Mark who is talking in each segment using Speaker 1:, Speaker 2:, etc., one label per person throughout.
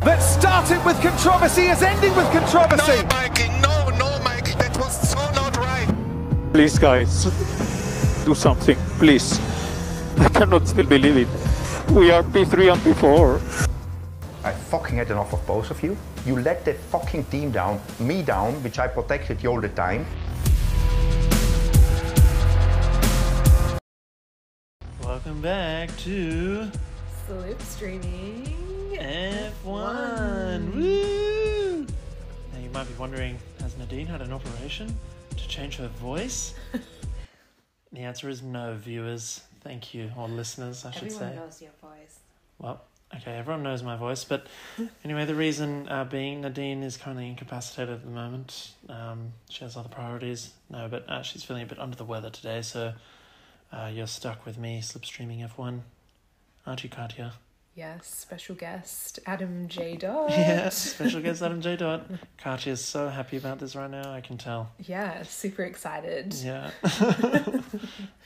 Speaker 1: that started with controversy is ending with controversy.
Speaker 2: No, Michael, no, no, Michael, that was so not right.
Speaker 3: Please, guys, do something, please. I cannot still believe it. We are P3 and P4.
Speaker 4: I fucking had enough of both of you. You let the fucking team down, me down, which I protected you all the time.
Speaker 5: Welcome back to
Speaker 6: Slipstreaming.
Speaker 5: F1. Woo! Now you might be wondering, has Nadine had an operation to change her voice? the answer is no, viewers. Thank you, or listeners, I should
Speaker 6: Everyone
Speaker 5: say.
Speaker 6: knows your voice.
Speaker 5: Well, okay, everyone knows my voice, but anyway, the reason uh, being Nadine is currently incapacitated at the moment. Um, she has other priorities. No, but uh, she's feeling a bit under the weather today, so uh, you're stuck with me, slipstreaming F1. Aren't you, Katya?
Speaker 6: Yes, special guest Adam J. Dot.
Speaker 5: Yeah, special guest Adam J. Dot. Katya is so happy about this right now, I can tell.
Speaker 6: Yeah, super excited.
Speaker 5: Yeah. no,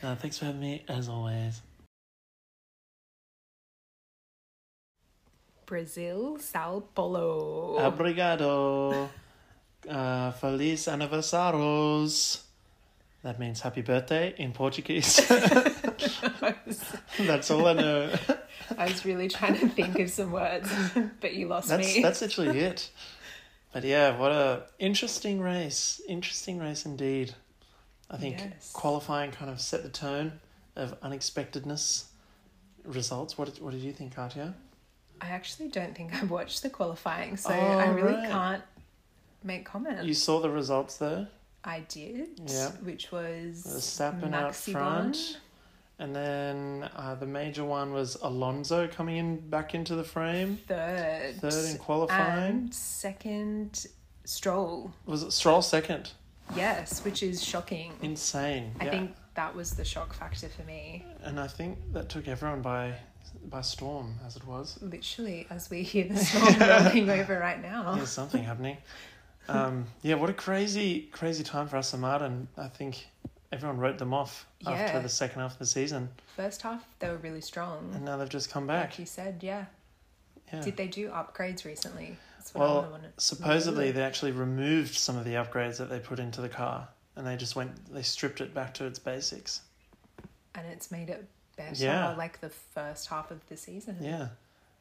Speaker 5: Uh, thanks for having me, as always.
Speaker 6: Brazil, Sao Paulo.
Speaker 5: Obrigado. Uh, feliz aniversaros. That means happy birthday in Portuguese.
Speaker 6: I, was,
Speaker 5: that's all I know.
Speaker 6: I was really trying to think of some words, but you lost
Speaker 5: That's
Speaker 6: me.
Speaker 5: that's literally it. But yeah, what a interesting race. Interesting race indeed. I think
Speaker 6: Yes.
Speaker 5: qualifying kind of set the tone of unexpectedness results. What did, what did you think, Katya?
Speaker 6: I actually don't think I watched the qualifying, so
Speaker 5: Oh,
Speaker 6: I really
Speaker 5: right.
Speaker 6: can't make comments.
Speaker 5: You saw the results though.
Speaker 6: I did,
Speaker 5: Yeah.
Speaker 6: which was
Speaker 5: Verstappen out
Speaker 6: Maxi
Speaker 5: front. And then uh, the major one was Alonso coming in back into the frame.
Speaker 6: Bond, third,
Speaker 5: Third in qualifying.
Speaker 6: and second Stroll.
Speaker 5: Was it Stroll second?
Speaker 6: Yes, which is shocking.
Speaker 5: Insane.
Speaker 6: I
Speaker 5: yeah.
Speaker 6: think that was the shock factor for me.
Speaker 5: and I think that took everyone by by storm, as it was.
Speaker 6: Literally, as we hear the storm rolling over right now.
Speaker 5: There's something happening. Um, yeah, what a crazy, crazy time for Aston Martin. I think everyone wrote them off after
Speaker 6: Yeah.
Speaker 5: the second half of the season,
Speaker 6: First half, they were really strong.
Speaker 5: and now they've just come
Speaker 6: Like
Speaker 5: back.
Speaker 6: you said, yeah.
Speaker 5: Mm-hmm. Yeah.
Speaker 6: Did they do upgrades recently? That's what I
Speaker 5: Well,
Speaker 6: wanna-
Speaker 5: supposedly they actually removed some of the upgrades that they put into the car, and they just went, they stripped it back to its basics.
Speaker 6: And it's made it better,
Speaker 5: Yeah.
Speaker 6: like the first half of the season.
Speaker 5: Yeah,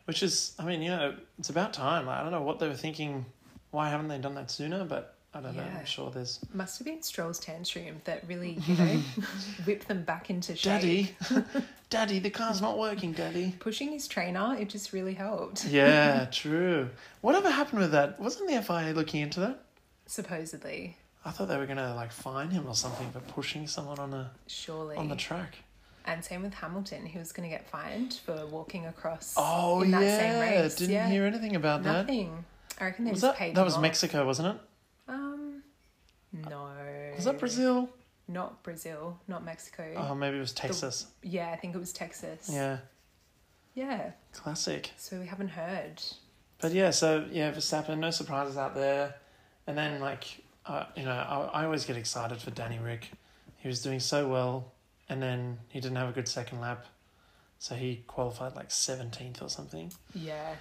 Speaker 5: which is, I mean, you know, it's about time. I don't know what they were thinking. Why haven't they done that sooner? But I don't know.
Speaker 6: Yeah.
Speaker 5: I'm sure there's
Speaker 6: Must have been Stroll's tantrum that really, you know, whipped them back into shape.
Speaker 5: Daddy, Daddy, the car's not working, Daddy.
Speaker 6: Pushing his trainer, it just really helped,
Speaker 5: Yeah, true. Whatever happened with that? Wasn't the FIA looking into that?
Speaker 6: supposedly.
Speaker 5: I thought they were gonna like fine him or something for pushing someone on a
Speaker 6: Surely.
Speaker 5: on the track.
Speaker 6: And same with Hamilton, he was going to get fined for walking across
Speaker 5: Oh
Speaker 6: in that
Speaker 5: yeah,
Speaker 6: same race.
Speaker 5: didn't
Speaker 6: yeah.
Speaker 5: hear anything about that.
Speaker 6: Nothing. I reckon they
Speaker 5: Was
Speaker 6: just
Speaker 5: that
Speaker 6: paid
Speaker 5: that
Speaker 6: him
Speaker 5: was
Speaker 6: off.
Speaker 5: Mexico, wasn't it?
Speaker 6: Um, no.
Speaker 5: Was that Brazil?
Speaker 6: Not Brazil, not Mexico.
Speaker 5: Oh, maybe it was Texas.
Speaker 6: yeah, I think it was Texas.
Speaker 5: Yeah,
Speaker 6: Yeah.
Speaker 5: classic.
Speaker 6: So we haven't heard.
Speaker 5: But yeah, so yeah, Verstappen, no surprises out there. And then like, uh, you know, I, I always get excited for Danny Rick. He was doing so well, and then he didn't have a good second lap, so he qualified like seventeenth or something.
Speaker 6: Yeah.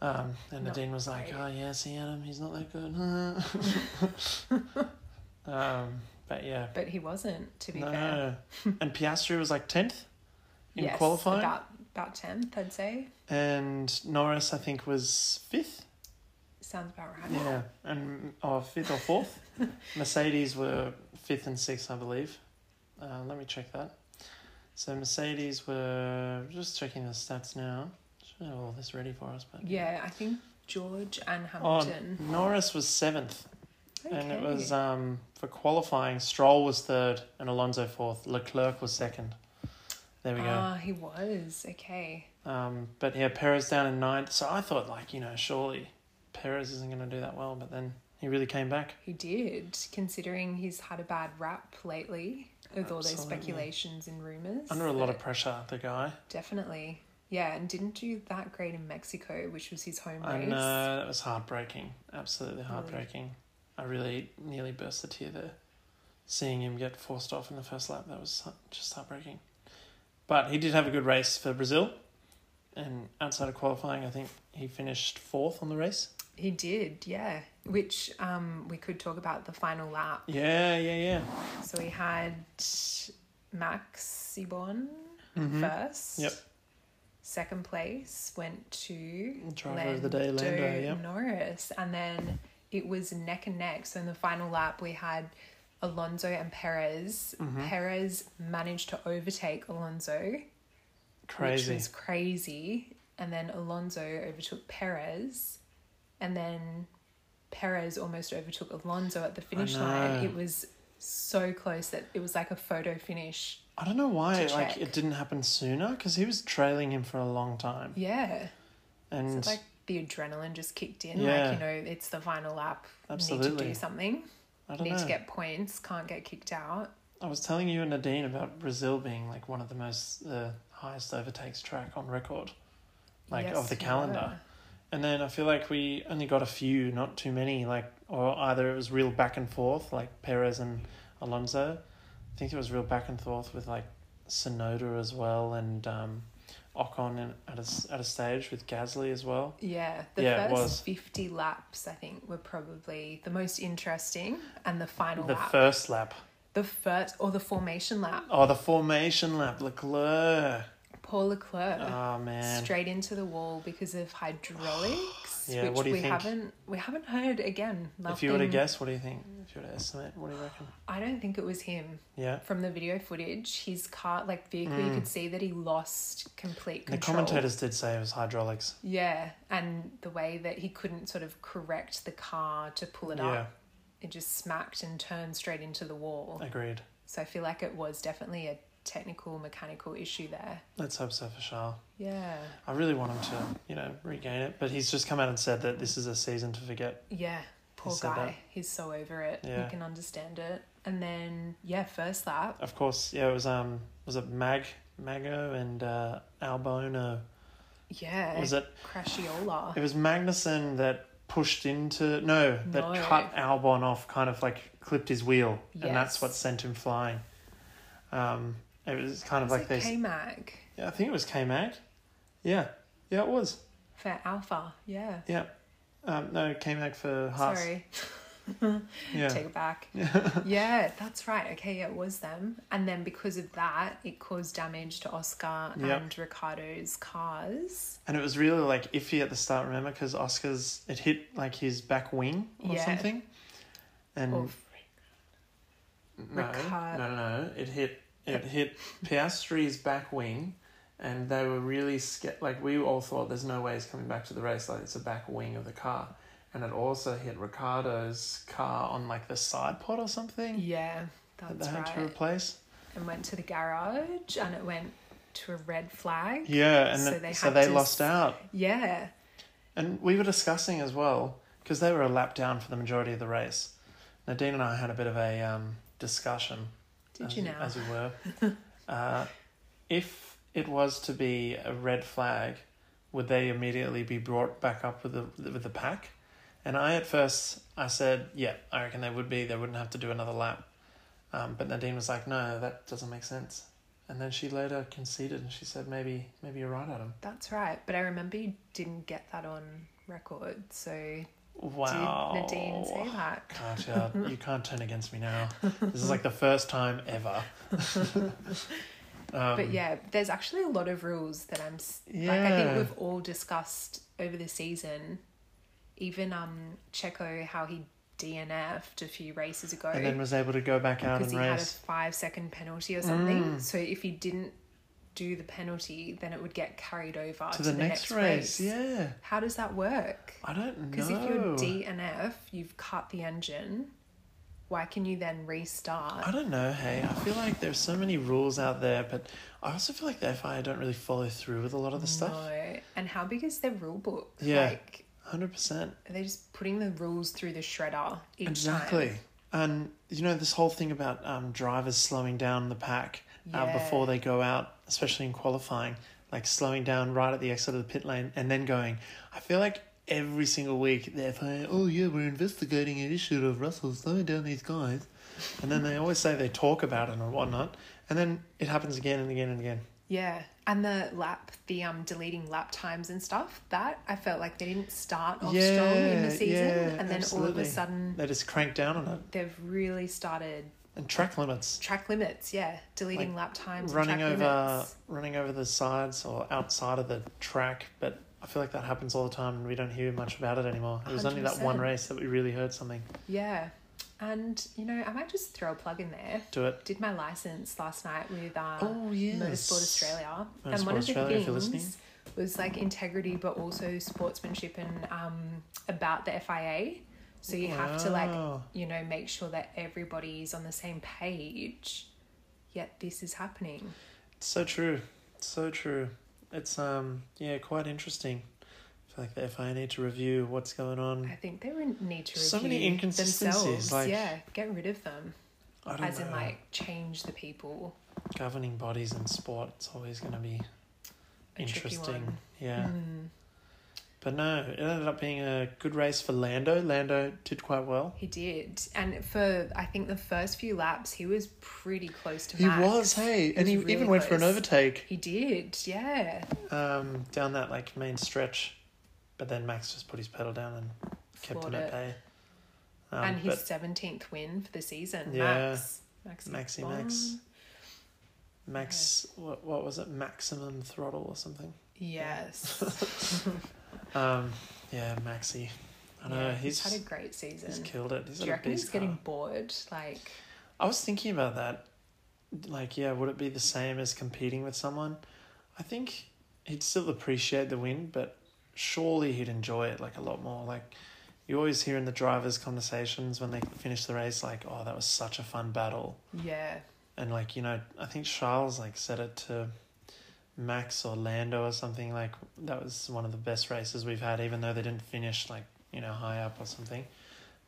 Speaker 5: Um, and
Speaker 6: Not
Speaker 5: Nadine was like,
Speaker 6: great.
Speaker 5: "Oh yeah, see Adam, he's not that good." um, but yeah,
Speaker 6: But he wasn't, to be
Speaker 5: no,
Speaker 6: fair.
Speaker 5: no, no. and Piastri was like tenth in
Speaker 6: Yes,
Speaker 5: qualifying,
Speaker 6: About, about 10th, I'd say.
Speaker 5: and Norris I think was fifth.
Speaker 6: Sounds about right.
Speaker 5: Yeah, and or fifth or fourth. Mercedes were fifth and sixth, I believe. Uh, let me check that. So Mercedes were just checking the stats now. Should have all this ready for us, but
Speaker 6: Yeah, I think George and
Speaker 5: Oh,
Speaker 6: Hamilton.
Speaker 5: Norris was seventh,
Speaker 6: okay.
Speaker 5: and it was um for qualifying. Stroll was third, and Alonso fourth. Leclerc was second. There we go.
Speaker 6: Ah, he was. Okay.
Speaker 5: Um, but yeah, Perez down in ninth. So I thought, like, you know, surely Perez isn't going to do that well, but then he really came back.
Speaker 6: He did, considering he's had a bad rap lately with all those
Speaker 5: Absolutely.
Speaker 6: speculations and rumours.
Speaker 5: Under a lot of
Speaker 6: but
Speaker 5: pressure, the guy.
Speaker 6: Definitely. Yeah, and didn't do that great in Mexico, which was his home
Speaker 5: I
Speaker 6: race.
Speaker 5: know that uh, was heartbreaking.
Speaker 6: Mm.
Speaker 5: Absolutely heartbreaking. I really nearly burst a tear there, seeing him get forced off in the first lap. That was hu- just heartbreaking. But he did have a good race for Brazil, And outside of qualifying, I think he finished fourth on the race.
Speaker 6: He did, yeah. Which um, we could talk about the final lap.
Speaker 5: Yeah, yeah, yeah.
Speaker 6: So we had Max Sibon first.
Speaker 5: Mm-hmm. Yep.
Speaker 6: Second place went to
Speaker 5: Driver of the day, Lando, yeah.
Speaker 6: Norris. And then it was neck and neck. So in the final lap, we had Alonso and Perez.
Speaker 5: Mm-hmm.
Speaker 6: Perez managed to overtake Alonso,
Speaker 5: Crazy.
Speaker 6: which was crazy. And then Alonso overtook Perez. And then Perez almost overtook Alonso at the finish line.
Speaker 5: know.
Speaker 6: It was so close that it was like a photo finish.
Speaker 5: I don't know why
Speaker 6: to
Speaker 5: like
Speaker 6: check.
Speaker 5: it didn't happen sooner because he was trailing him for a long time.
Speaker 6: Yeah.
Speaker 5: And
Speaker 6: It's like the adrenaline just kicked in.
Speaker 5: Yeah.
Speaker 6: Like, you know, it's the final lap. Need to
Speaker 5: Absolutely.
Speaker 6: do something.
Speaker 5: I don't
Speaker 6: Need
Speaker 5: know.
Speaker 6: to get points. Can't get kicked out.
Speaker 5: I was telling you and Nadine about Brazil being like one of the most the highest overtakes track on record, like
Speaker 6: Yes,
Speaker 5: of the
Speaker 6: you
Speaker 5: calendar.
Speaker 6: were.
Speaker 5: And then I feel like we only got a few, not too many. Like or either it was real back and forth, like Perez and Alonso. I think it was real back and forth with like Sonoda as well and um, Ocon in, at a s- at a stage with Gasly as well.
Speaker 6: Yeah. The
Speaker 5: Yeah, it
Speaker 6: first
Speaker 5: was.
Speaker 6: 50 laps, I think, were probably the most interesting. And the final
Speaker 5: The
Speaker 6: lap.
Speaker 5: first lap.
Speaker 6: the first, or the formation lap.
Speaker 5: Oh, the formation lap, Leclerc.
Speaker 6: Paul Leclerc.
Speaker 5: Oh man.
Speaker 6: Straight into the wall because of hydraulics,
Speaker 5: Yeah,
Speaker 6: which
Speaker 5: what do you
Speaker 6: we
Speaker 5: think?
Speaker 6: haven't we haven't heard again.
Speaker 5: if you were to
Speaker 6: Nothing-
Speaker 5: guess, what do you think? If you were to estimate, what do you reckon?
Speaker 6: I don't think it was him.
Speaker 5: Yeah. Mm.
Speaker 6: From the video footage, his car, like vehicle, you could see that he lost complete
Speaker 5: The
Speaker 6: control.
Speaker 5: commentators did say it was hydraulics.
Speaker 6: Yeah, and the way that he couldn't sort of correct the car to pull it
Speaker 5: Yeah.
Speaker 6: up, it just smacked and turned straight into the wall.
Speaker 5: Agreed.
Speaker 6: So I feel like it was definitely a technical mechanical issue there.
Speaker 5: Let's hope so for Charles.
Speaker 6: Yeah,
Speaker 5: I really want him to, you know, regain it. But he's just come out and said that this is a season to forget.
Speaker 6: yeah. Poor
Speaker 5: said that.
Speaker 6: guy, he's so over it.
Speaker 5: Yeah.
Speaker 6: You can understand it. And then yeah, first lap.
Speaker 5: Of course, yeah, it was um was it Mag Mago and uh Albono.
Speaker 6: Yeah.
Speaker 5: Was it
Speaker 6: Crashiola?
Speaker 5: it was Magnuson that pushed into no, that
Speaker 6: No.
Speaker 5: cut Albon off, kind of like clipped his wheel. And that's
Speaker 6: Yes.
Speaker 5: what sent him flying. Um it was kind of
Speaker 6: Was
Speaker 5: like
Speaker 6: it
Speaker 5: this
Speaker 6: K Mac
Speaker 5: Yeah, I think it was K Mag. Yeah. Yeah, it was.
Speaker 6: for Alpha? Yeah.
Speaker 5: Yeah. Um, no, K Mag for Haas.
Speaker 6: Sorry,
Speaker 5: Yeah.
Speaker 6: take it back. yeah, that's right. Okay, yeah, it was them. And then because of that, it caused damage to Oscar
Speaker 5: Yep.
Speaker 6: and Ricardo's cars.
Speaker 5: And it was really like iffy at the start, remember? Because Oscar's it hit like his back wing or
Speaker 6: Yeah.
Speaker 5: something, and
Speaker 6: Or
Speaker 5: no,
Speaker 6: Ricard-
Speaker 5: no, no, no, it hit it hit Piastri's back wing, and they were really scared. Like we all thought, there's no way he's coming back to the race. Like it's a back wing of the car, and it also hit Ricardo's car on like the side pod or something
Speaker 6: yeah,
Speaker 5: that they
Speaker 6: that's
Speaker 5: had
Speaker 6: right.
Speaker 5: to replace.
Speaker 6: And went to the garage, and it went to a red flag.
Speaker 5: Yeah, and
Speaker 6: So
Speaker 5: then-
Speaker 6: they
Speaker 5: so
Speaker 6: had
Speaker 5: they
Speaker 6: to
Speaker 5: lost
Speaker 6: s-
Speaker 5: out.
Speaker 6: Yeah,
Speaker 5: And we were discussing as well because they were a lap down for the majority of the race. Nadine and I had a bit of a um, discussion.
Speaker 6: Did
Speaker 5: as,
Speaker 6: you now?
Speaker 5: As we were, uh, if it was to be a red flag, would they immediately be brought back up with the with the pack? And I at first I said, yeah, I reckon they would be. They wouldn't have to do another lap. Um, but Nadine was like, no, that doesn't make sense. And then she later conceded and she said, maybe maybe you're right, Adam.
Speaker 6: that's right. But I remember you didn't get that on record. So
Speaker 5: Wow.
Speaker 6: did Nadine say that?
Speaker 5: Can't, uh, you can't turn against me now. This is like the first time ever.
Speaker 6: but
Speaker 5: Um,
Speaker 6: yeah, there's actually a lot of rules that I'm s like I think
Speaker 5: Yeah.
Speaker 6: we've all discussed over the season. Even um Checo, how he DNF'd a few races ago
Speaker 5: And then was able to go back out
Speaker 6: because
Speaker 5: and
Speaker 6: he had a
Speaker 5: race. Mm.
Speaker 6: five second penalty or something. So if he didn't do the penalty, then it would get carried over
Speaker 5: To the, next, race. yeah.
Speaker 6: How does that work?
Speaker 5: I don't know.
Speaker 6: Because if you're DNF, you've cut the engine. Why can you then restart?
Speaker 5: I don't know, hey. I feel like there's so many rules out there, but I also feel like the FIA don't really follow through with a lot of the stuff.
Speaker 6: know. And how big is their rule book?
Speaker 5: Yeah.
Speaker 6: Like,
Speaker 5: 100%.
Speaker 6: Are they just putting the rules through the shredder each
Speaker 5: Exactly.
Speaker 6: time?
Speaker 5: And you know this whole thing about um, drivers slowing down the pack uh,
Speaker 6: Yeah.
Speaker 5: before they go out, especially in qualifying, like slowing down right at the exit of the pit lane and then going. I feel like every single week they're playing, oh yeah, we're investigating an issue of Russell slowing down these guys, and then they always say they talk about it and whatnot, and then it happens again and again and again.
Speaker 6: Yeah, and the lap, the um, deleting lap times and stuff. That I felt like they didn't start off strong in the season, and then all of
Speaker 5: absolutely.
Speaker 6: a sudden
Speaker 5: they just cranked down on it.
Speaker 6: they've really started
Speaker 5: And track limits,
Speaker 6: track limits. Yeah, deleting
Speaker 5: Like,
Speaker 6: lap times,
Speaker 5: running
Speaker 6: and track
Speaker 5: over,
Speaker 6: Limits.
Speaker 5: running over the sides or outside of the track. But I feel like that happens all the time, and we don't hear much about it anymore. It was only that one
Speaker 6: 100%.
Speaker 5: race that we really heard something.
Speaker 6: Yeah, and you know I might just throw a plug in there.
Speaker 5: Do it.
Speaker 6: Did my license last night with uh,
Speaker 5: Oh, yes.
Speaker 6: Motorsport Australia,
Speaker 5: Motorsport
Speaker 6: and one of the
Speaker 5: Australia, if you're
Speaker 6: things
Speaker 5: listening.
Speaker 6: was like integrity, but also sportsmanship and um, about the FIA. So you have to like
Speaker 5: Wow.
Speaker 6: you know make sure that everybody's on the same page. Yet this is happening.
Speaker 5: So true. So true. It's um yeah, quite interesting. I feel like the FIA need to review what's going
Speaker 6: I
Speaker 5: on.
Speaker 6: think they would need to review
Speaker 5: So many inconsistencies,
Speaker 6: themselves.
Speaker 5: like-
Speaker 6: yeah, get rid of them.
Speaker 5: I don't
Speaker 6: As
Speaker 5: know.
Speaker 6: in, like change the people.
Speaker 5: governing bodies in sport. It's always going to be
Speaker 6: A tricky
Speaker 5: interesting.
Speaker 6: one. Mm-hmm.
Speaker 5: Yeah. But no, it ended up being a good race for Lando. Lando did quite well.
Speaker 6: He did, and for I think the first few laps, he was pretty close to.
Speaker 5: He
Speaker 6: Max.
Speaker 5: was, hey, and
Speaker 6: was
Speaker 5: he
Speaker 6: really
Speaker 5: even went for an
Speaker 6: close.
Speaker 5: overtake
Speaker 6: He did, yeah.
Speaker 5: um, down that like main stretch, but then Max just put his pedal down and kept
Speaker 6: Floored
Speaker 5: him at
Speaker 6: it.
Speaker 5: bay. Um,
Speaker 6: and his
Speaker 5: but
Speaker 6: seventeenth win for the season.
Speaker 5: Yeah.
Speaker 6: Max, Max,
Speaker 5: Maxi
Speaker 6: Bon.
Speaker 5: Max, Max, what, what was it? Maximum throttle or something.
Speaker 6: Yes,
Speaker 5: Um, yeah, Maxi. I know
Speaker 6: Yeah,
Speaker 5: he's
Speaker 6: had a great season.
Speaker 5: he's killed it. He's
Speaker 6: Do
Speaker 5: had
Speaker 6: you
Speaker 5: a
Speaker 6: reckon he's
Speaker 5: beast car.
Speaker 6: getting bored? Like,
Speaker 5: I was thinking about that. Like, yeah, would it be the same as competing with someone? I think he'd still appreciate the win, but surely he'd enjoy it like a lot more. Like, you always hear in the drivers' conversations when they finish the race, like, "Oh, that was such a fun battle,"
Speaker 6: yeah,
Speaker 5: and like, you know, I think Charles like said it to Max or Lando or something. Like, that was one of the best races we've had, even though they didn't finish like you know high up or something.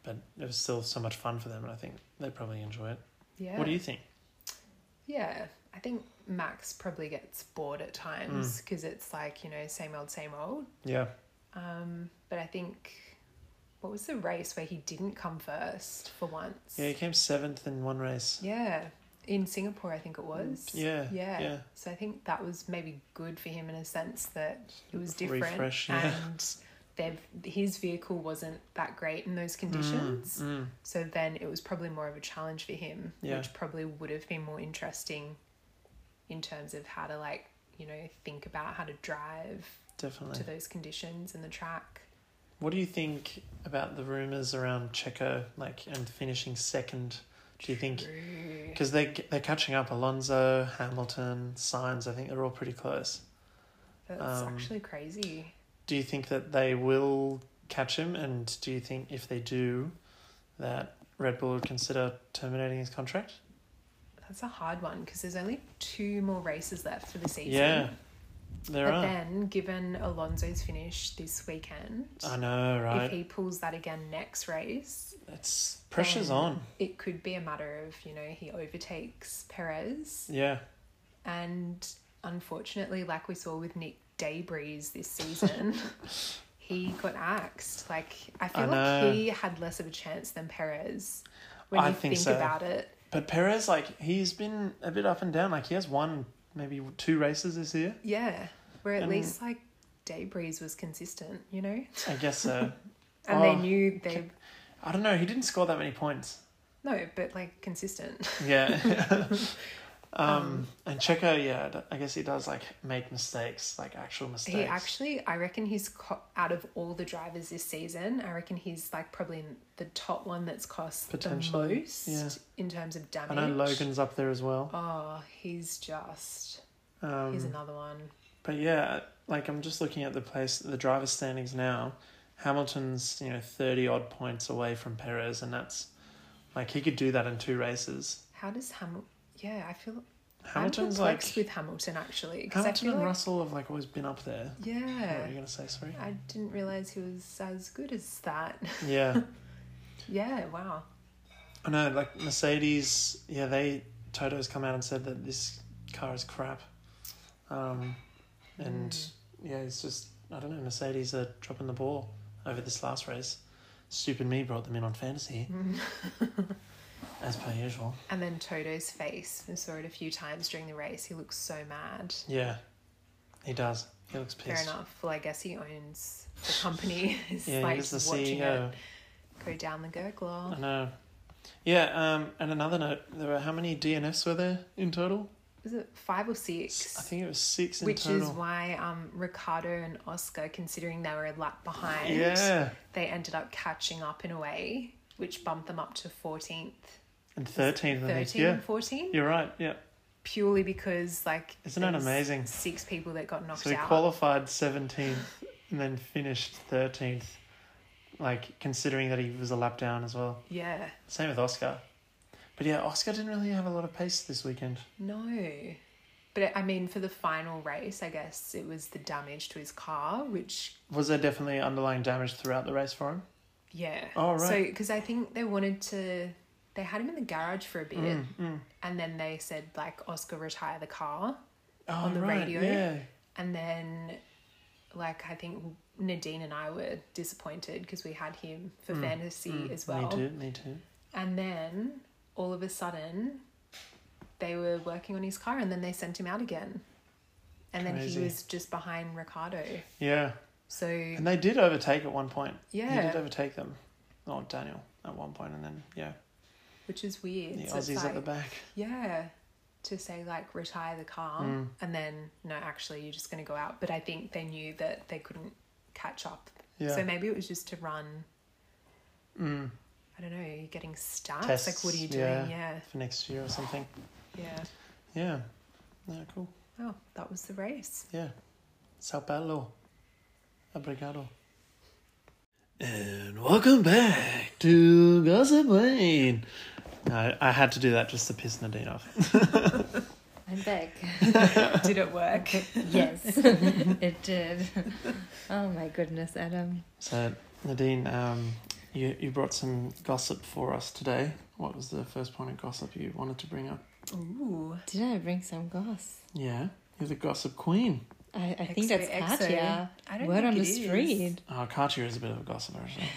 Speaker 5: But it was still so much fun for them, and I think they probably enjoy it.
Speaker 6: yeah.
Speaker 5: What do you think?
Speaker 6: Yeah, I think Max probably gets bored at times
Speaker 5: Mm.
Speaker 6: because it's like you know same old, same old.
Speaker 5: Yeah.
Speaker 6: Um, but I think what was the race where he didn't come first for once?
Speaker 5: Yeah, he came seventh in one race.
Speaker 6: Yeah. In Singapore, I think it was.
Speaker 5: Yeah,
Speaker 6: Yeah.
Speaker 5: yeah.
Speaker 6: So I think that was maybe good for him in a sense that it was different
Speaker 5: Refresh, yeah. Mm,
Speaker 6: and their his vehicle wasn't that great in those conditions. So then it was probably more of a challenge for him,
Speaker 5: Yeah.
Speaker 6: which probably would have been more interesting in terms of how to like, you know, think about how to drive
Speaker 5: Definitely.
Speaker 6: to those conditions and the track.
Speaker 5: What do you think about the rumors around Checo, like, and finishing second? Do you think because they they're catching up Alonso, Hamilton, Signs? I think they're all pretty close.
Speaker 6: That's
Speaker 5: Um,
Speaker 6: actually crazy.
Speaker 5: Do you think that they will catch him? And do you think if they do, that Red Bull would consider terminating his contract?
Speaker 6: That's a hard one because there's only two more races left for the season.
Speaker 5: Yeah, there
Speaker 6: but
Speaker 5: are.
Speaker 6: then, given Alonso's finish this weekend,
Speaker 5: I know,
Speaker 6: if
Speaker 5: right?
Speaker 6: he pulls that again next race,
Speaker 5: It's pressure's
Speaker 6: then
Speaker 5: on.
Speaker 6: It could be a matter of you know he overtakes Perez,
Speaker 5: Yeah.
Speaker 6: and unfortunately, like we saw with Nick Debris this season, he got axed. Like I feel
Speaker 5: know.
Speaker 6: like he had less of a chance than Perez when
Speaker 5: I
Speaker 6: you
Speaker 5: think
Speaker 6: think,
Speaker 5: so.
Speaker 6: about it.
Speaker 5: But Perez, like, he's been a bit up and down. Like, he has won maybe two races this year.
Speaker 6: Yeah, where at
Speaker 5: And-
Speaker 6: least like Debris was consistent, you know,
Speaker 5: I guess so.
Speaker 6: and they
Speaker 5: Oh,
Speaker 6: knew they.
Speaker 5: I don't know. He didn't score that many points.
Speaker 6: No, but like consistent.
Speaker 5: Yeah. um, and Checo, yeah, d- I guess he does, like, make mistakes, like actual mistakes.
Speaker 6: He actually, I reckon he's co- out of all the drivers this season. I reckon he's like probably in the top one that's cost the
Speaker 5: Potentially,
Speaker 6: most
Speaker 5: yeah.
Speaker 6: in terms of
Speaker 5: I
Speaker 6: damage.
Speaker 5: know Logan's up there as well.
Speaker 6: Oh, he's just.
Speaker 5: Um,
Speaker 6: he's another one.
Speaker 5: But yeah, like I'm just looking at the place, the driver standings now. Hamilton's, you know, 30 odd points away from Perez, and that's like he could do that in two races.
Speaker 6: How does Hamilton? Yeah, I feel.
Speaker 5: Hamilton's
Speaker 6: I'm
Speaker 5: like.
Speaker 6: perplexed with Hamilton actually because I
Speaker 5: Hamilton
Speaker 6: feel
Speaker 5: and
Speaker 6: like
Speaker 5: Russell have like always been up there. What
Speaker 6: yeah.
Speaker 5: were you gonna say? Sorry.
Speaker 6: I didn't realize he was as good as that.
Speaker 5: Yeah,
Speaker 6: yeah, wow.
Speaker 5: I know. Like Mercedes, yeah, they Toto's come out and said that this car is crap, um, and
Speaker 6: Mm.
Speaker 5: yeah, it's just I don't know. Mercedes are dropping the ball over this last race. Stupid me brought them in on fantasy. as per usual.
Speaker 6: And then Toto's face. I saw it a few times during the race. He looks so mad.
Speaker 5: Yeah, he does. He looks pissed.
Speaker 6: Fair enough. Well, I guess he owns the company. He's
Speaker 5: Yeah,
Speaker 6: like
Speaker 5: he's the E
Speaker 6: just watching
Speaker 5: CEO.
Speaker 6: it go down the gurgler.
Speaker 5: I know. Yeah, um, and another note: there were how many DNFs were there in total?
Speaker 6: Was it five or
Speaker 5: I
Speaker 6: six?
Speaker 5: think it was six in
Speaker 6: Which
Speaker 5: total.
Speaker 6: is why um, Ricardo and Oscar, considering they were a lap behind,
Speaker 5: yeah,
Speaker 6: they ended up catching up in a way, which bumped them up to 14th,
Speaker 5: and thirteen. I think.
Speaker 6: 13,
Speaker 5: Yeah,
Speaker 6: 14.
Speaker 5: you're right. Yeah,
Speaker 6: Purely because, like,
Speaker 5: Isn't that
Speaker 6: there was
Speaker 5: amazing?
Speaker 6: Six people that got knocked
Speaker 5: so he
Speaker 6: out.
Speaker 5: qualified seventeenth and then finished thirteenth. Like considering that he was a lap down as well.
Speaker 6: yeah.
Speaker 5: Same with Oscar. But yeah, Oscar didn't really have a lot of pace this weekend.
Speaker 6: No. But I mean, for the final race, I guess it was the damage to his car, which,
Speaker 5: Was there definitely underlying damage throughout the race for him?
Speaker 6: yeah.
Speaker 5: Oh,
Speaker 6: So,
Speaker 5: right.
Speaker 6: because I think they wanted to, they had him in the garage for a bit.
Speaker 5: Mm,
Speaker 6: And then they said, like, Oscar, retire the car.
Speaker 5: Oh,
Speaker 6: On the radio?
Speaker 5: Yeah.
Speaker 6: And then, like, I think Nadine and I were disappointed because we had him for fantasy as well.
Speaker 5: Mm, Me too, me too.
Speaker 6: And then, all of a sudden, they were working on his car and then they sent him out again. And then
Speaker 5: Crazy.
Speaker 6: he was just behind Ricardo.
Speaker 5: Yeah.
Speaker 6: So
Speaker 5: And they did overtake at one point. He
Speaker 6: Yeah.
Speaker 5: did overtake them. Oh, Daniel at one point, and then, yeah,
Speaker 6: which is weird.
Speaker 5: the
Speaker 6: So it's
Speaker 5: Aussies at the
Speaker 6: like,
Speaker 5: back.
Speaker 6: Yeah. To say like retire the car and then no, actually you're just gonna go out. But I think they knew that they couldn't catch up.
Speaker 5: Yeah.
Speaker 6: So maybe it was just to run I don't know, you're getting stats.
Speaker 5: Tests.
Speaker 6: like what are you doing?
Speaker 5: Yeah.
Speaker 6: Yeah.
Speaker 5: For next year or something.
Speaker 6: Yeah.
Speaker 5: Yeah. No, cool.
Speaker 6: Oh, that was the race.
Speaker 5: Yeah. Sao Paulo. Obrigado. And welcome back to Gossip Lane. No, I had to do that just to piss Nadine off.
Speaker 7: I'm back.
Speaker 6: Did it work?
Speaker 7: yes, it did. Oh my goodness, Adam.
Speaker 5: So, Nadine, um, you, you brought some gossip for us today. What was the first point of gossip you wanted to bring up?
Speaker 6: Ooh.
Speaker 7: Did I bring some goss?
Speaker 5: Yeah, you're the gossip queen.
Speaker 7: I, I think that's
Speaker 6: XOXO.
Speaker 7: Katya.
Speaker 6: I don't
Speaker 7: Word
Speaker 6: think
Speaker 7: on the
Speaker 6: it is.
Speaker 7: street.
Speaker 5: Oh, Katya is a bit of a gossip, actually.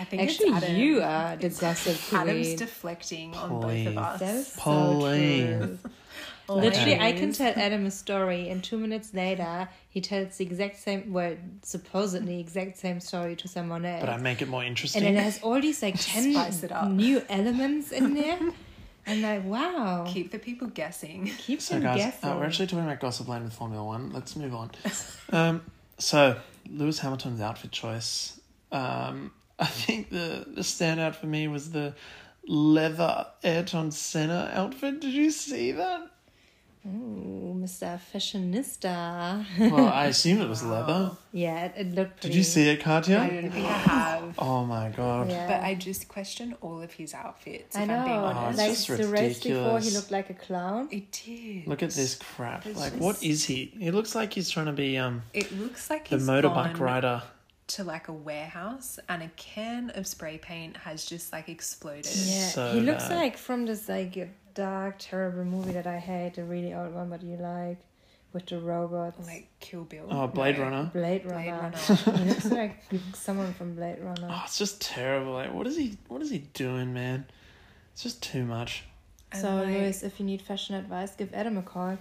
Speaker 6: I think it's
Speaker 7: Actually,
Speaker 6: Adam.
Speaker 7: you are the gossip queen.
Speaker 6: Adam's deflecting on both
Speaker 5: Please.
Speaker 6: of us.
Speaker 7: That is so
Speaker 5: Pauline.
Speaker 7: true.
Speaker 6: Oh,
Speaker 7: Literally, I
Speaker 6: please.
Speaker 7: can tell Adam a story, and two minutes later, he tells the exact same, well, supposedly exact same story to someone else.
Speaker 5: But I make it more
Speaker 7: and
Speaker 5: interesting.
Speaker 7: then it has all these like ten
Speaker 6: Spice it up.
Speaker 7: new elements in there. I'm like, wow, keep,
Speaker 6: keep the people guessing.
Speaker 5: so,
Speaker 7: them
Speaker 5: guys,
Speaker 7: guessing.
Speaker 5: uh, we're actually talking about gossip lane with Formula One. Let's move on. um, so, Lewis Hamilton's outfit choice. Um, I think the, the standout for me was the leather Ayrton Senna outfit. Did you see that?
Speaker 7: Ooh, Mr. Oh, Fashionista.
Speaker 5: Well, I assume it was leather.
Speaker 7: yeah, it, it looked pretty.
Speaker 5: Did you see it, Katya?
Speaker 6: Oh, I don't think I have.
Speaker 5: Oh my god.
Speaker 7: Yeah.
Speaker 6: But I just question all of his outfits.
Speaker 7: I
Speaker 6: if I'm being
Speaker 7: know.
Speaker 5: Oh,
Speaker 6: honest.
Speaker 7: like
Speaker 5: just
Speaker 7: the race before, he
Speaker 5: ridiculous.
Speaker 7: looked like a clown.
Speaker 6: it did.
Speaker 5: Look at this crap.
Speaker 6: It's
Speaker 5: like
Speaker 6: just-
Speaker 5: what is he? He looks like he's trying to be um
Speaker 6: It looks like
Speaker 5: the
Speaker 6: he's
Speaker 5: motorbike
Speaker 6: gone
Speaker 5: rider.
Speaker 6: to like a warehouse, and a can of spray paint has just like exploded.
Speaker 7: Yeah,
Speaker 5: So
Speaker 7: he looks
Speaker 5: bad.
Speaker 7: like from this like dark, terrible movie that I hate, the really old one, but you like, with the robots,
Speaker 6: Like Kill Bill.
Speaker 5: Oh, Blade
Speaker 6: No.
Speaker 5: Runner.
Speaker 7: Blade
Speaker 6: Blade
Speaker 7: Runner.
Speaker 6: Runner.
Speaker 7: he looks like someone from Blade Runner.
Speaker 5: Oh, it's just terrible. Like what is he what is he doing, man? It's just too much.
Speaker 6: And,
Speaker 7: so,
Speaker 6: like,
Speaker 7: Louis, if you need fashion advice, give Adam a call.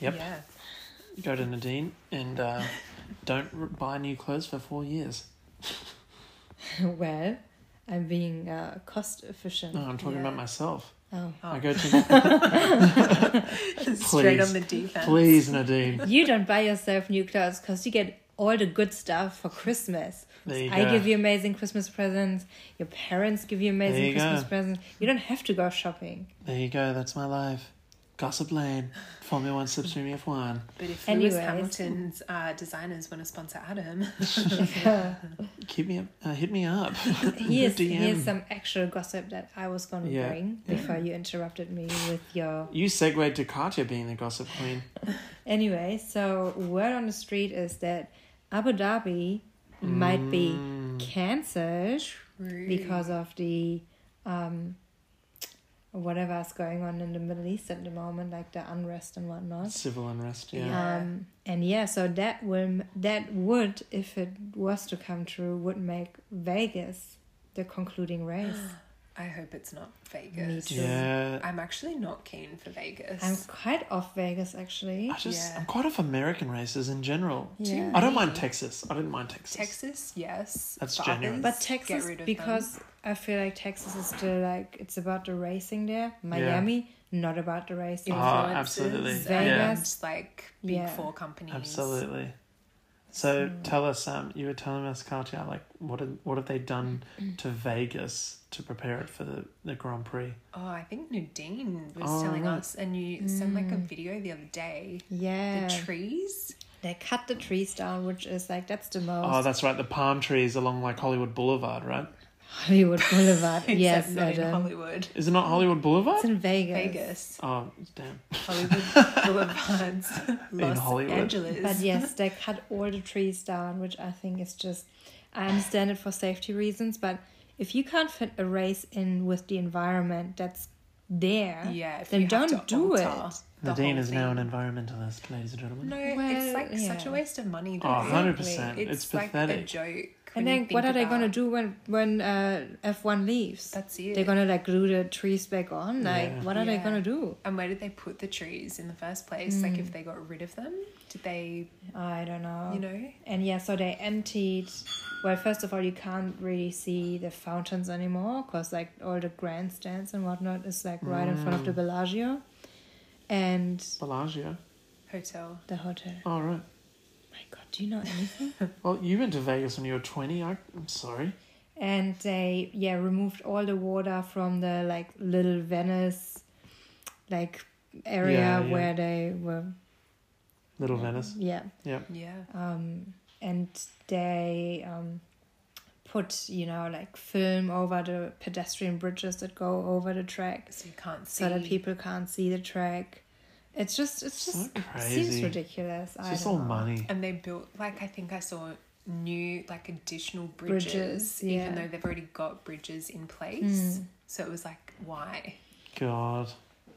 Speaker 5: Yep.
Speaker 6: Yeah.
Speaker 5: Go to Nadine and uh, don't r- buy new clothes for four years.
Speaker 7: well, I'm being uh, cost efficient.
Speaker 5: No, I'm talking
Speaker 6: Yeah.
Speaker 5: about myself.
Speaker 7: Oh.
Speaker 5: I go to
Speaker 6: Straight
Speaker 5: Please.
Speaker 6: on the defense.
Speaker 5: please Nadine.
Speaker 7: You don't buy yourself new clothes because you get all the good stuff for Christmas.
Speaker 5: There you
Speaker 7: I
Speaker 5: go.
Speaker 7: give you amazing Christmas presents. Your parents give you amazing
Speaker 5: you
Speaker 7: Christmas
Speaker 5: go.
Speaker 7: presents. You don't have to go shopping.
Speaker 5: There you go. That's my life. Gossip Lane. Formula One slips me F one.
Speaker 6: But if
Speaker 7: Anyways.
Speaker 6: Lewis Hamilton's uh, designers want to sponsor Adam,
Speaker 5: Keep me up. Uh, hit me up.
Speaker 7: Here's,
Speaker 5: DM.
Speaker 7: here's some actual gossip that I was going to
Speaker 5: Yeah,
Speaker 7: bring
Speaker 5: yeah.
Speaker 7: before you interrupted me with your.
Speaker 5: You segued to Katya being the gossip queen.
Speaker 7: Anyway, so word on the street is that Abu Dhabi might be
Speaker 5: Mm.
Speaker 7: cancelled because of the um, whatever's going on in the Middle East at the moment, like the unrest and whatnot.
Speaker 5: Civil unrest, yeah.
Speaker 6: Yeah.
Speaker 7: Um, and yeah, so that will that would, if it was to come true, would make Vegas the concluding race.
Speaker 6: I hope it's not
Speaker 7: Me
Speaker 6: Vegas.
Speaker 7: too.
Speaker 5: Yeah.
Speaker 6: I'm actually not keen for Vegas.
Speaker 7: I'm quite off Vegas actually.
Speaker 5: I just
Speaker 6: Yeah.
Speaker 5: I'm quite off American races in general.
Speaker 7: Yeah.
Speaker 5: I don't mind Texas. I didn't mind Texas.
Speaker 6: Texas, yes.
Speaker 5: That's
Speaker 6: for
Speaker 5: genuine.
Speaker 7: But
Speaker 6: others,
Speaker 7: Texas,
Speaker 6: get rid of
Speaker 7: because
Speaker 6: them.
Speaker 7: I feel like Texas is still like it's about the racing there. Miami, not about the racing.
Speaker 5: Ah,
Speaker 6: Influences
Speaker 5: absolutely.
Speaker 6: and,
Speaker 7: Vegas.
Speaker 6: like big
Speaker 7: Yeah.
Speaker 6: four companies.
Speaker 5: Absolutely. So tell us, um, you were telling us, Katya, like what have, what have they done to Vegas to prepare it for the, the Grand Prix?
Speaker 6: Oh, I think Nadine was
Speaker 5: Oh,
Speaker 6: telling
Speaker 5: right.
Speaker 6: us, and you sent like a video the other day.
Speaker 7: Mm. yeah,
Speaker 6: The trees.
Speaker 7: they cut the trees down, which is like that's the most
Speaker 5: Oh, that's right, the palm trees along like Hollywood Boulevard, right?
Speaker 7: Hollywood Boulevard.
Speaker 6: Except
Speaker 7: yes,
Speaker 6: not in
Speaker 7: Adam.
Speaker 6: Hollywood,
Speaker 5: Is it not Hollywood Boulevard?
Speaker 7: It's in Vegas.
Speaker 6: Vegas,
Speaker 5: Oh, damn.
Speaker 6: Hollywood boulevards, Los
Speaker 5: Hollywood.
Speaker 6: Angeles.
Speaker 7: But yes, they cut all the trees down, which I think is just. I understand it for safety reasons, but if you can't fit a race in with the environment that's there,
Speaker 6: yeah. if
Speaker 7: then
Speaker 6: you have
Speaker 7: don't
Speaker 6: to
Speaker 7: do it.
Speaker 6: alter the
Speaker 5: Nadine
Speaker 6: whole
Speaker 5: is now an
Speaker 6: thing.
Speaker 5: environmentalist, ladies and gentlemen.
Speaker 6: No,
Speaker 7: Well,
Speaker 6: it's like such a
Speaker 7: yeah.
Speaker 6: waste of money.
Speaker 5: Oh,
Speaker 6: Though.
Speaker 5: 100%.
Speaker 6: It's,
Speaker 5: It's,
Speaker 6: like
Speaker 5: pathetic.
Speaker 6: a joke.
Speaker 7: And
Speaker 6: when you
Speaker 7: then what
Speaker 6: think
Speaker 7: are they going to
Speaker 6: about-
Speaker 7: do when when uh, F1 leaves?
Speaker 6: That's
Speaker 7: They're
Speaker 6: it.
Speaker 7: going to like glue the trees back on. Like,
Speaker 5: Yeah.
Speaker 7: what are they
Speaker 6: Yeah.
Speaker 7: going to do?
Speaker 6: And where did they put the trees in the first place? Like,
Speaker 7: Mm.
Speaker 6: if they got rid of them, did they,
Speaker 7: I don't know.
Speaker 6: you know?
Speaker 7: And yeah, so they emptied. Well, first of all, you can't really see the fountains anymore because like all the grandstands and whatnot is like right in front of
Speaker 5: Mm.
Speaker 7: the Bellagio, and
Speaker 5: Bellagio.
Speaker 6: Hotel.
Speaker 7: the hotel.
Speaker 5: Oh, right.
Speaker 7: My God, do you know anything?
Speaker 5: Well, you went to Vegas when you were 20. I, I'm sorry.
Speaker 7: and they yeah removed all the water from the like little Venice, like area
Speaker 5: Yeah, yeah.
Speaker 7: where they were.
Speaker 5: Little Venice.
Speaker 7: Yeah.
Speaker 5: Yeah.
Speaker 6: Yeah.
Speaker 7: Oh. and they um, put you know like film over the pedestrian bridges that go over the track
Speaker 6: so you can't see.
Speaker 7: so that people can't see the track it's just it's
Speaker 5: So
Speaker 7: just
Speaker 5: crazy.
Speaker 7: seems ridiculous
Speaker 5: It's
Speaker 7: I
Speaker 5: just
Speaker 7: don't
Speaker 5: all
Speaker 7: know.
Speaker 5: money.
Speaker 6: And they built, like, I think I saw new, like, additional bridges,
Speaker 7: Bridges, yeah. Hmm.
Speaker 6: even though they've already got bridges in place. So it was like, why?
Speaker 5: God.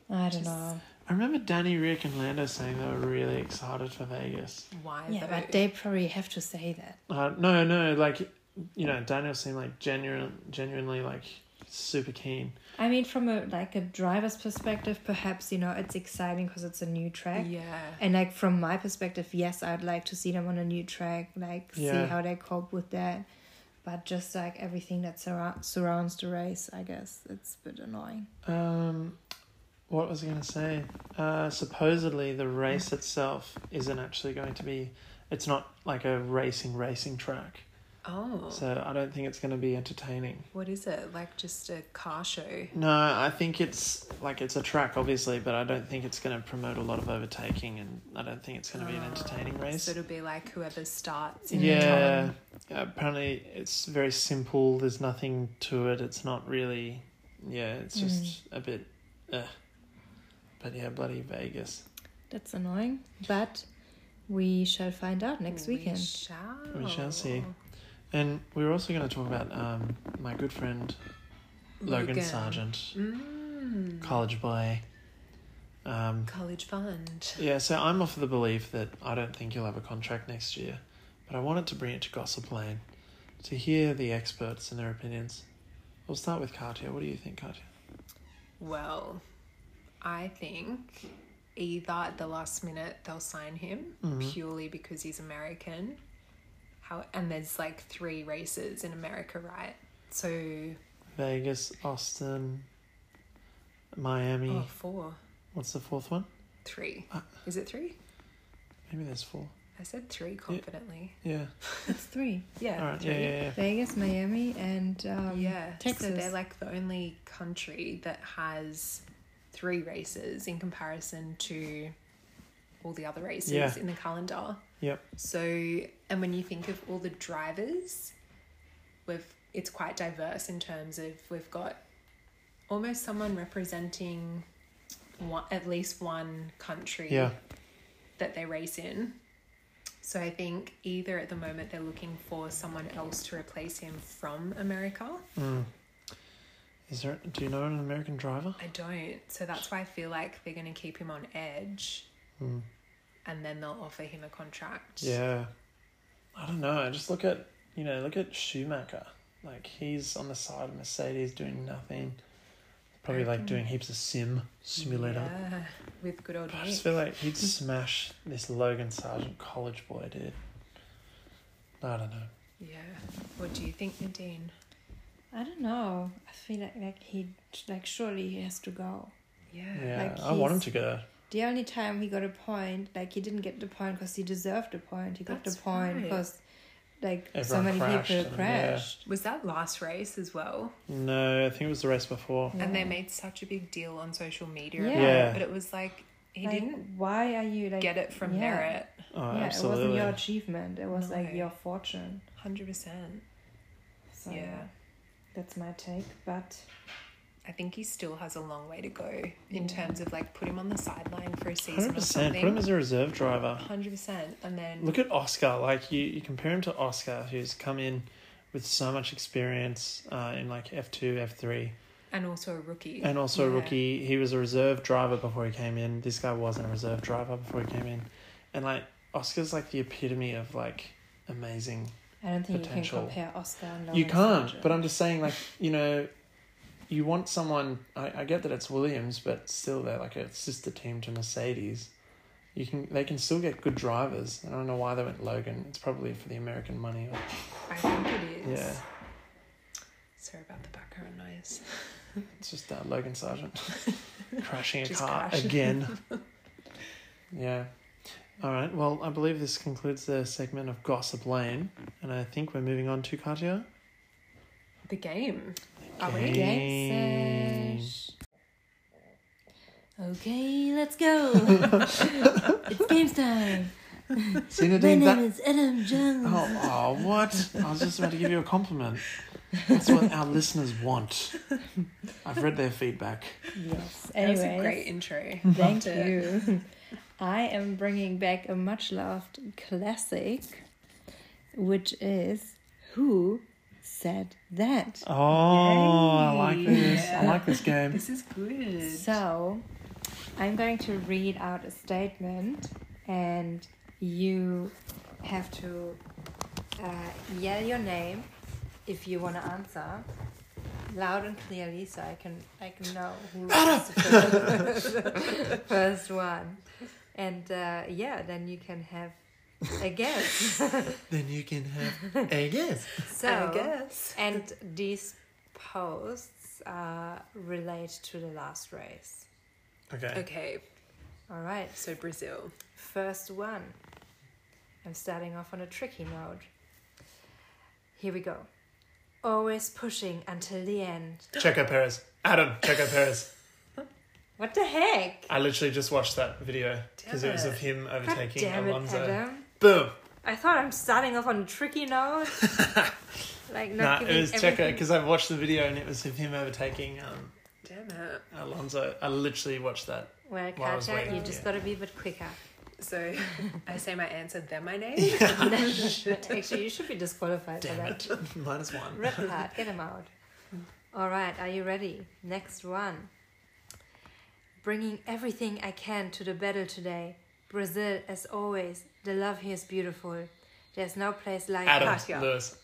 Speaker 7: I don't know
Speaker 5: I remember Danny Rick and Lando saying they were really excited for Vegas.
Speaker 6: Why?
Speaker 7: yeah
Speaker 6: though?
Speaker 7: but they probably have to say that
Speaker 5: Uh, no, no, like, you know, Daniel seemed like genuine, genuinely like super keen.
Speaker 7: I mean from a like a driver's perspective perhaps you know it's exciting because it's a new track
Speaker 6: Yeah.
Speaker 7: and like from my perspective yes I'd like to see them on a new track like
Speaker 5: Yeah.
Speaker 7: see how they cope with that but just like everything that surra- surrounds the race I guess it's a bit annoying
Speaker 5: Um, what was I going to say? Uh, supposedly the race itself isn't actually going to be. It's not like a racing racing track,
Speaker 6: Oh.
Speaker 5: so I don't think it's going to be entertaining.
Speaker 6: what is it? Like, just a car show?
Speaker 5: No, I think it's like it's a track, obviously, but I don't think it's going to promote a lot of overtaking, and I don't think it's going to be an entertaining race.
Speaker 6: So it'll be like whoever starts. in
Speaker 5: Yeah, apparently it's very simple. There's nothing to it. It's not really, yeah. It's
Speaker 6: Mm.
Speaker 5: just a bit, uh, but yeah, bloody Vegas.
Speaker 7: That's annoying, but we shall find out next
Speaker 6: We
Speaker 7: weekend.
Speaker 6: shall.
Speaker 5: We shall see. And we were also going to talk about um, my good friend Logan,
Speaker 6: Logan. Mm.
Speaker 5: Sargent, college boy. Um,
Speaker 6: College fund.
Speaker 5: yeah, so I'm of the belief that I don't think he'll have a contract next year, but I wanted to bring it to Gossip Lane to hear the experts and their opinions. We'll start with Katya. What do you think, Katya?
Speaker 6: Well, I think either at the last minute they'll sign him
Speaker 5: Mm-hmm.
Speaker 6: purely because he's American. How and there's like three races in America, right? So
Speaker 5: Vegas, Austin, Miami.
Speaker 6: oh, four,
Speaker 5: What's the fourth one?
Speaker 6: three.
Speaker 5: Uh,
Speaker 6: Is it three?
Speaker 5: Maybe there's four.
Speaker 6: I said three confidently.
Speaker 5: Yeah.
Speaker 7: It's three:
Speaker 6: Yeah.
Speaker 5: All right.
Speaker 6: three.
Speaker 5: Yeah, yeah, yeah.
Speaker 7: Vegas, Miami, and um,
Speaker 6: Yeah,
Speaker 7: Texas.
Speaker 6: So they're like the only country that has three races in comparison to all the other races
Speaker 5: Yeah.
Speaker 6: in the calendar.
Speaker 5: Yep.
Speaker 6: So, and when you think of all the drivers, we've it's quite diverse in terms of we've got almost someone representing one, at least one country
Speaker 5: Yeah.
Speaker 6: that they race in. So I think either at the moment they're looking for someone else to replace him from America.
Speaker 5: Is there? Do you know an American driver?
Speaker 6: I don't. So that's why I feel like they're going to keep him on edge.
Speaker 5: Hmm.
Speaker 6: And then they'll offer him a contract.
Speaker 5: Yeah. I don't know. I just look at you know look at Schumacher. Like he's on the side of Mercedes doing nothing. Probably like doing heaps of sim simulator.
Speaker 6: Yeah, with good old
Speaker 5: I just feel
Speaker 6: Nick.
Speaker 5: like he'd smash this Logan Sargent college boy, dude. I don't know.
Speaker 6: Yeah. What do you think, Nadine?
Speaker 7: I don't know. I feel like like he like surely he has to go.
Speaker 6: Yeah.
Speaker 5: Yeah,
Speaker 7: Like
Speaker 5: I want him
Speaker 7: he's-
Speaker 5: to go.
Speaker 7: The only time he got a point, like he didn't get the point because he deserved the point. He got
Speaker 6: That's
Speaker 7: the point
Speaker 6: right.
Speaker 7: because like so
Speaker 5: Everyone
Speaker 7: many
Speaker 5: crashed
Speaker 7: people
Speaker 5: and-
Speaker 7: crashed.
Speaker 6: Was that last race as well?
Speaker 5: No, I think it was the race before. Oh,
Speaker 6: And they made such a big deal on social media.
Speaker 7: Yeah.
Speaker 6: about it,
Speaker 5: Yeah.
Speaker 6: But it was like, he
Speaker 7: Like,
Speaker 6: didn't
Speaker 7: Why are you like
Speaker 6: get it from
Speaker 7: yeah.
Speaker 6: merit.
Speaker 5: Oh,
Speaker 7: yeah, it
Speaker 5: absolutely.
Speaker 7: wasn't your achievement. It was like
Speaker 6: No.
Speaker 7: your fortune.
Speaker 6: 100%.
Speaker 7: So
Speaker 6: Yeah.
Speaker 7: that's my take. But
Speaker 6: I think he still has a long way to go in terms of like put him on the sideline for a season or
Speaker 5: 100%. Put him
Speaker 6: something.
Speaker 5: as a reserve driver.
Speaker 6: 100%. And then
Speaker 5: Look at Oscar. Like, you, you compare him to Oscar, who's come in with so much experience uh, in like F2, F3,
Speaker 6: and also a rookie.
Speaker 5: and also a
Speaker 6: Yeah.
Speaker 5: rookie. He was a reserve driver before he came in. This guy wasn't a reserve driver before he came in. And like, Oscar's like the epitome of like amazing
Speaker 7: I don't think
Speaker 5: Potential.
Speaker 7: you can compare Oscar and
Speaker 5: You
Speaker 7: Lawrence
Speaker 5: can't,
Speaker 7: Sargent.
Speaker 5: but I'm just saying, like, you know, you want someone. I, I get that it's Williams, but still, they're like a sister team to Mercedes. You can, they can still get good drivers. I don't know why they went Logan. It's probably for the American money. Or,
Speaker 6: I think it is.
Speaker 5: yeah,
Speaker 6: Sorry about the background noise.
Speaker 5: it's just uh, Logan Sargent crashing a
Speaker 6: Just
Speaker 5: car
Speaker 6: crashed.
Speaker 5: again. yeah. All right. Well, I believe this concludes the segment of Gossip Lane, and I think we're moving on to Katya.
Speaker 6: The game. Are we?
Speaker 5: Game.
Speaker 7: Game sesh. Okay, let's go. it's game time.
Speaker 5: See,
Speaker 7: My
Speaker 5: Nadine,
Speaker 7: name
Speaker 5: that-
Speaker 7: is Adam Jones.
Speaker 5: Oh, oh, what? I was just about to give you a compliment. That's what our listeners want. I've read their feedback.
Speaker 7: Yes.
Speaker 6: That was
Speaker 7: Anyway,
Speaker 6: a great intro.
Speaker 7: Thank
Speaker 6: Loved it.
Speaker 7: you. I am bringing back a much loved classic, which is Who Said That?
Speaker 5: Oh, I like
Speaker 6: Yay.
Speaker 5: this. I like this game.
Speaker 6: This is good.
Speaker 7: So, I'm going to read out a statement, and you have to uh, yell your name if you want to answer loud and clearly, so I can I can know who is the first one. And uh, yeah, then you can have a guess.
Speaker 5: Then you can have a guess.
Speaker 7: so
Speaker 6: guess.
Speaker 7: and these posts uh, relate to the last race.
Speaker 5: Okay.
Speaker 6: Okay,
Speaker 7: All right.
Speaker 6: so Brazil.
Speaker 7: First one. I'm starting off on a tricky note. Here we go. Always pushing until the end.
Speaker 5: Checo Perez. Adam, Checo Perez.
Speaker 7: What the heck?
Speaker 5: I literally just watched that video because it was
Speaker 6: Damn
Speaker 5: of him
Speaker 7: God
Speaker 5: overtaking
Speaker 7: damn it,
Speaker 5: Alonso.
Speaker 7: Adam.
Speaker 5: Boom.
Speaker 7: I thought I'm starting off on a tricky note. like
Speaker 5: Nah,
Speaker 7: not
Speaker 5: it
Speaker 7: giving
Speaker 5: was Checo
Speaker 7: everything-
Speaker 5: because I watched the video and it was of him overtaking um,
Speaker 6: Damn it.
Speaker 5: Alonso. I literally watched that.
Speaker 7: Well,
Speaker 5: While I was
Speaker 7: Katja,
Speaker 5: waiting,
Speaker 7: you just
Speaker 5: yeah.
Speaker 7: gotta be a bit quicker.
Speaker 6: So I say my answer, then my name.
Speaker 7: Actually, you should be disqualified for
Speaker 5: Damn
Speaker 7: that.
Speaker 5: it. Minus one.
Speaker 7: Rip hard, get him out. All right, are you ready? Next one. Bringing everything I can to the battle today. Brazil, as always, the love here is beautiful. There's no place like
Speaker 5: Adam
Speaker 7: Katya.
Speaker 5: Lewis.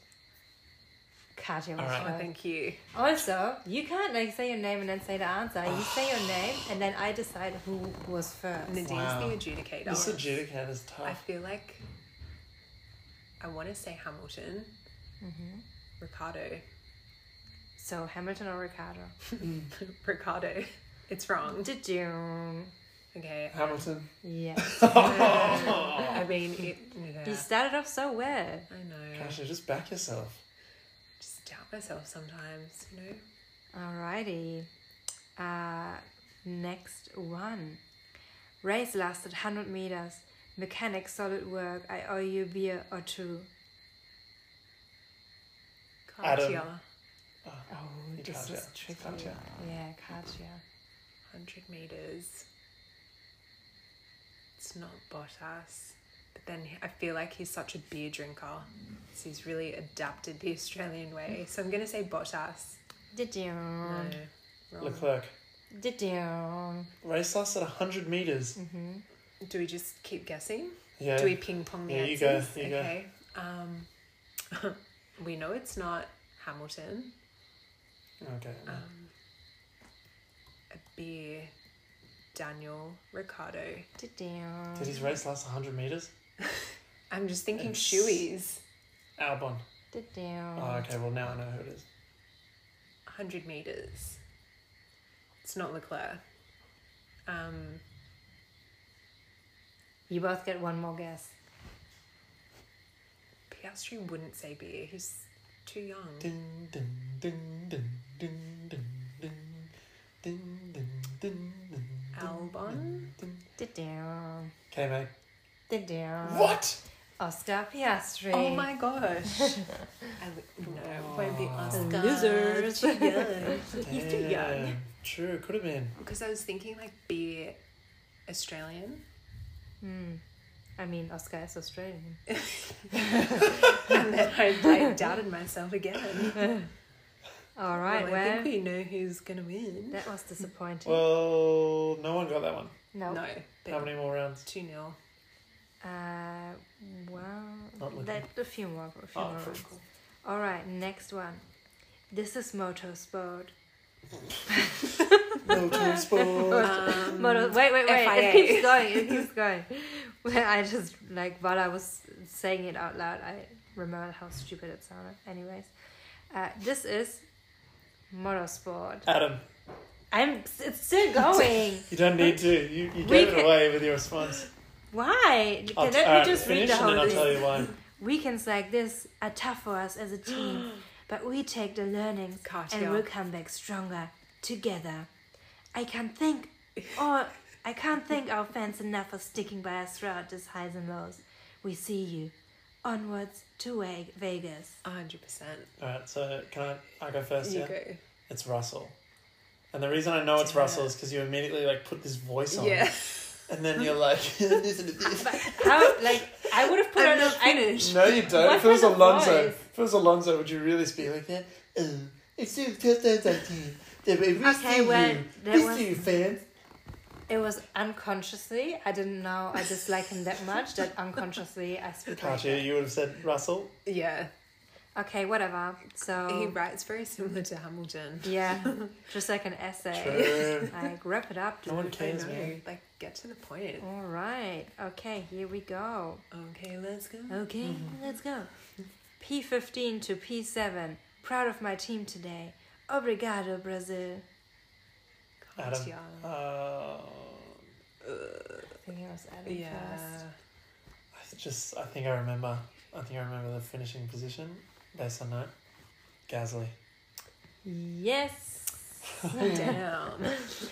Speaker 7: Katya was
Speaker 5: All right.
Speaker 7: first.
Speaker 6: Oh, Thank you.
Speaker 7: Also, you can't like say your name and then say the answer. You say your name and then I decide who was first.
Speaker 6: Nadine's
Speaker 5: Wow.
Speaker 6: the adjudicator.
Speaker 5: This adjudicator is tough.
Speaker 6: I feel like I want to say Hamilton,
Speaker 5: Mm-hmm.
Speaker 6: Ricardo,
Speaker 7: So Hamilton or Ricardo?
Speaker 6: Ricardo. It's wrong.
Speaker 7: Did you?
Speaker 6: Okay.
Speaker 5: Hamilton.
Speaker 7: Yeah.
Speaker 5: Oh.
Speaker 6: I mean, it, yeah,
Speaker 7: You started off so well.
Speaker 6: I know.
Speaker 5: Gosh, just back yourself.
Speaker 6: Just doubt myself sometimes, you know.
Speaker 7: Alrighty. Uh, next one. Race lasted 100 meters. Mechanic, solid work. I owe you a beer or two.
Speaker 5: Adam.
Speaker 6: Katya,
Speaker 7: Oh,
Speaker 5: this Katja. is tricky. Katja.
Speaker 7: Yeah, Katja.
Speaker 6: 100 meters. It's not Bottas. But then he- I feel like he's such a beer drinker. So he's really adapted the Australian way. So I'm going to say Bottas.
Speaker 7: Did
Speaker 6: No.
Speaker 7: you?
Speaker 5: Mm.
Speaker 6: Wrong.
Speaker 5: Leclerc.
Speaker 7: Did you?
Speaker 5: Race lasted 100 meters.
Speaker 7: Mm-hmm.
Speaker 6: Do we just keep guessing?
Speaker 5: Yeah.
Speaker 6: Do we ping pong the
Speaker 5: Yeah, you
Speaker 6: answers?
Speaker 5: go, you go.
Speaker 6: okay. Um, we know it's not Hamilton,
Speaker 5: Okay.
Speaker 7: Uh-huh.
Speaker 6: a beer, Daniel Ricciardo.
Speaker 5: Did his race last 100 meters?
Speaker 6: I'm just thinking
Speaker 5: It's-
Speaker 6: Shuey's
Speaker 5: Albon.
Speaker 7: Uh-huh.
Speaker 5: Oh,
Speaker 6: Uh,
Speaker 5: okay. Well, now I know who it is.
Speaker 6: 100 meters. It's not Leclerc. Um,
Speaker 7: You both get one more guess.
Speaker 6: Piastri wouldn't say beer. He's too young.
Speaker 5: Ding, ding, ding, ding, ding, ding, ding, ding, ding, ding, ding,
Speaker 6: Albon?
Speaker 5: ding.
Speaker 7: Da-dam.
Speaker 5: Okay, mate.
Speaker 7: Da-dam.
Speaker 5: What?
Speaker 7: Oscar Piastri.
Speaker 6: Oh my gosh. I would, no, it won't be Oscar.
Speaker 7: Losers.
Speaker 6: Too young. He's too young.
Speaker 5: Damn. True. Could have been.
Speaker 6: Because I was thinking like beer Australian.
Speaker 7: I mean, Oscar is Australian.
Speaker 6: And then I like doubted myself again.
Speaker 7: All right,
Speaker 6: well, I
Speaker 7: well,
Speaker 6: think we know who's gonna win.
Speaker 7: that was disappointing.
Speaker 5: Well, no one got that one.
Speaker 7: no.
Speaker 6: No.
Speaker 5: How many more rounds?
Speaker 6: 2 0.
Speaker 7: Uh, well,
Speaker 5: Not looking.
Speaker 7: that, a few more. A few
Speaker 5: Oh,
Speaker 7: more.
Speaker 5: cool,
Speaker 7: rounds.
Speaker 5: cool.
Speaker 7: All right, next one. This is Motorsport.
Speaker 5: Motor sport. Um,
Speaker 7: Motor, wait, wait, wait.
Speaker 6: FIA.
Speaker 7: It keeps going. It keeps going. Well, I just, like, while I was saying it out loud, I remembered how stupid it sounded. Anyways, uh, this is Motorsport.
Speaker 5: Adam,
Speaker 7: I'm, it's still going.
Speaker 5: you don't need to. You, you
Speaker 7: We
Speaker 5: gave it
Speaker 7: can-
Speaker 5: away with your response.
Speaker 7: Why?
Speaker 5: I'll
Speaker 7: Let
Speaker 5: t-
Speaker 7: me
Speaker 5: alright,
Speaker 7: just read
Speaker 5: finish
Speaker 7: the
Speaker 5: and then
Speaker 7: whole
Speaker 5: I'll
Speaker 7: thing.
Speaker 5: tell you why.
Speaker 7: Weekends like this are tough for us as a team, but we take the learnings
Speaker 6: Katya.
Speaker 7: and we'll come back stronger together. I can't think, or I can't thank our fans enough for sticking by us throughout these highs and lows. We see you. Onwards to Ve- Vegas.
Speaker 6: 100%.
Speaker 5: All right, so can I? I go first.
Speaker 6: You
Speaker 5: yeah?
Speaker 6: go.
Speaker 5: It's Russell. And the reason I know it's Russell is because you immediately like put this voice on,
Speaker 6: Yeah.
Speaker 5: and then you're like, "Listen to this."
Speaker 7: How, like, I would have put
Speaker 6: I'm not finished.
Speaker 5: No, you don't.
Speaker 7: What
Speaker 5: if it was
Speaker 7: kind of
Speaker 5: Alonso,
Speaker 7: voice?
Speaker 5: if it was Alonso, would you really speak like that? Oh, it's so tough times like this. Yeah, but we
Speaker 7: Okay,
Speaker 5: see
Speaker 7: well,
Speaker 5: you.
Speaker 7: that
Speaker 5: we
Speaker 7: was-
Speaker 5: see you, fans.
Speaker 7: It was unconsciously. I didn't know I dislike him that much that unconsciously I speak like
Speaker 5: Cartier,
Speaker 7: that.
Speaker 5: you would have said Russell.
Speaker 6: Yeah.
Speaker 7: Okay, whatever. So
Speaker 5: Um,
Speaker 6: He writes very similar to Hamilton.
Speaker 7: Yeah, just like an essay.
Speaker 5: True.
Speaker 7: Like, wrap it up, dude.
Speaker 5: Um, No one
Speaker 6: I
Speaker 5: cares, man.
Speaker 6: know. Like, get to the point.
Speaker 7: All right. Okay, here we go.
Speaker 6: Okay, let's go.
Speaker 7: Okay,
Speaker 5: Mm-hmm.
Speaker 7: let's go. P15 to P7. Proud of my team today. Obrigado, Brazil.
Speaker 5: Adam.
Speaker 6: Katya.
Speaker 5: Uh, I
Speaker 7: I think it was Adam
Speaker 6: Yeah.
Speaker 7: first.
Speaker 5: just, I think I remember. I think I remember the finishing position based on that. Gasly.
Speaker 7: Yes.
Speaker 6: Damn.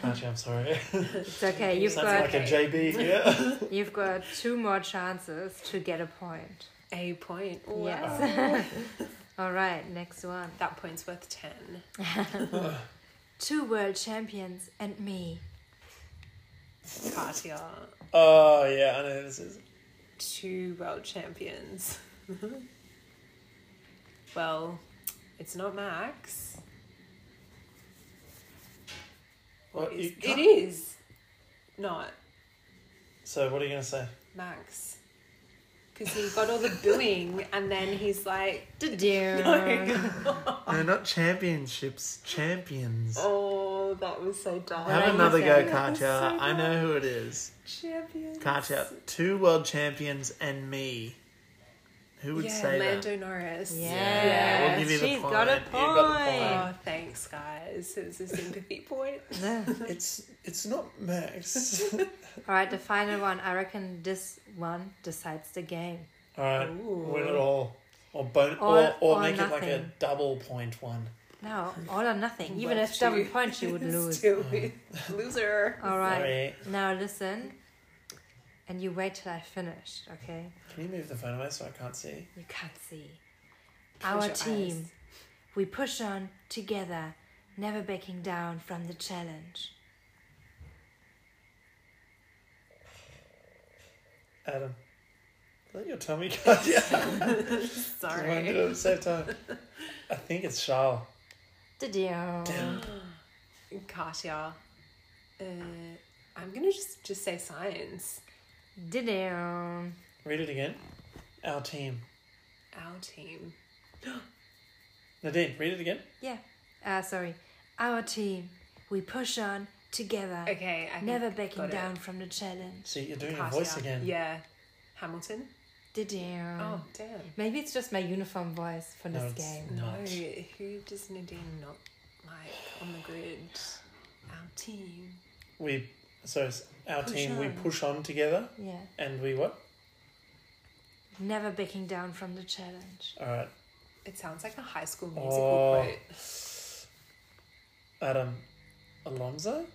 Speaker 5: Actually, I'm sorry.
Speaker 7: It's okay. You've
Speaker 5: Sounds like
Speaker 7: got
Speaker 5: a JB here.
Speaker 7: you've got two more chances to get a point.
Speaker 6: A point. Wow.
Speaker 7: Yes. All right. Next one.
Speaker 6: That point's worth 10.
Speaker 7: Two world champions and me.
Speaker 6: Katya,
Speaker 5: oh yeah, I know who this is.
Speaker 6: two world champions. well, it's not Max.
Speaker 5: What, you
Speaker 6: It's, it
Speaker 5: can't-
Speaker 6: is not
Speaker 5: So what are you gonna say?
Speaker 6: Max. Because he got all the booing and then he's like,
Speaker 7: Da-dum.
Speaker 5: No, not championships. Champions.
Speaker 6: oh, that was so dumb.
Speaker 5: Have
Speaker 7: Right,
Speaker 5: another
Speaker 7: you
Speaker 5: go,
Speaker 7: said it.
Speaker 5: Katya. I know who it is.
Speaker 6: Champions.
Speaker 5: Katya, two world champions and me. Who would
Speaker 6: Yeah,
Speaker 5: say
Speaker 6: Lando
Speaker 5: that?
Speaker 6: Norris.
Speaker 5: Yeah, we'll
Speaker 7: Yes,
Speaker 5: give you the
Speaker 7: she's got a
Speaker 5: point. You got the
Speaker 6: Oh,
Speaker 7: point.
Speaker 6: thanks, guys. It was a sympathy point.
Speaker 5: It's it's not Max.
Speaker 7: All right, the final one. I reckon this one decides the game.
Speaker 5: all right, win it all, or bon-
Speaker 7: All-
Speaker 5: or, or
Speaker 7: or
Speaker 5: make it like a
Speaker 7: nothing.
Speaker 5: double point one.
Speaker 7: No, all or nothing. Even
Speaker 6: But
Speaker 7: if double
Speaker 6: she
Speaker 7: point, she would
Speaker 6: is
Speaker 7: lose.
Speaker 6: still Loser.
Speaker 7: All right.
Speaker 5: Sorry.
Speaker 7: Now listen, and you wait till I finish. Okay?
Speaker 5: Can you move the phone away so I can't see?
Speaker 7: You can't see. Our
Speaker 6: your
Speaker 7: team,
Speaker 6: eyes.
Speaker 7: we push on together, never backing down from the challenge.
Speaker 5: Adam, is that your tummy, Katya? I
Speaker 6: Sorry.
Speaker 5: did it at the same time. I think it's Charles.
Speaker 7: Da-dum.
Speaker 6: Katya, uh, I'm gonna just just say science.
Speaker 7: Da-dum.
Speaker 5: Read it again. Our team.
Speaker 6: Our team.
Speaker 5: Nadine, read it again.
Speaker 7: Yeah. Uh, sorry. Our team. We push on together.
Speaker 6: Okay, I think
Speaker 7: Never
Speaker 6: I've
Speaker 7: backing
Speaker 6: got it.
Speaker 7: down from the challenge.
Speaker 5: See, you're doing your
Speaker 6: Pass it
Speaker 5: voice
Speaker 6: up.
Speaker 5: again.
Speaker 6: Yeah. Hamilton?
Speaker 7: Did you?
Speaker 6: Oh, damn.
Speaker 7: Maybe it's just my uniform voice for
Speaker 5: No,
Speaker 7: this
Speaker 5: it's
Speaker 7: game.
Speaker 5: not.
Speaker 6: Oh, who does Nadine not like on the grid? Our team.
Speaker 5: We so it's our
Speaker 7: Push
Speaker 5: team. We
Speaker 7: on.
Speaker 5: push on together,
Speaker 7: Yeah.
Speaker 5: and we what?
Speaker 7: Never backing down from the challenge.
Speaker 5: All right,
Speaker 6: It sounds like a high school musical
Speaker 5: Oh.
Speaker 6: quote.
Speaker 5: Adam Alonso.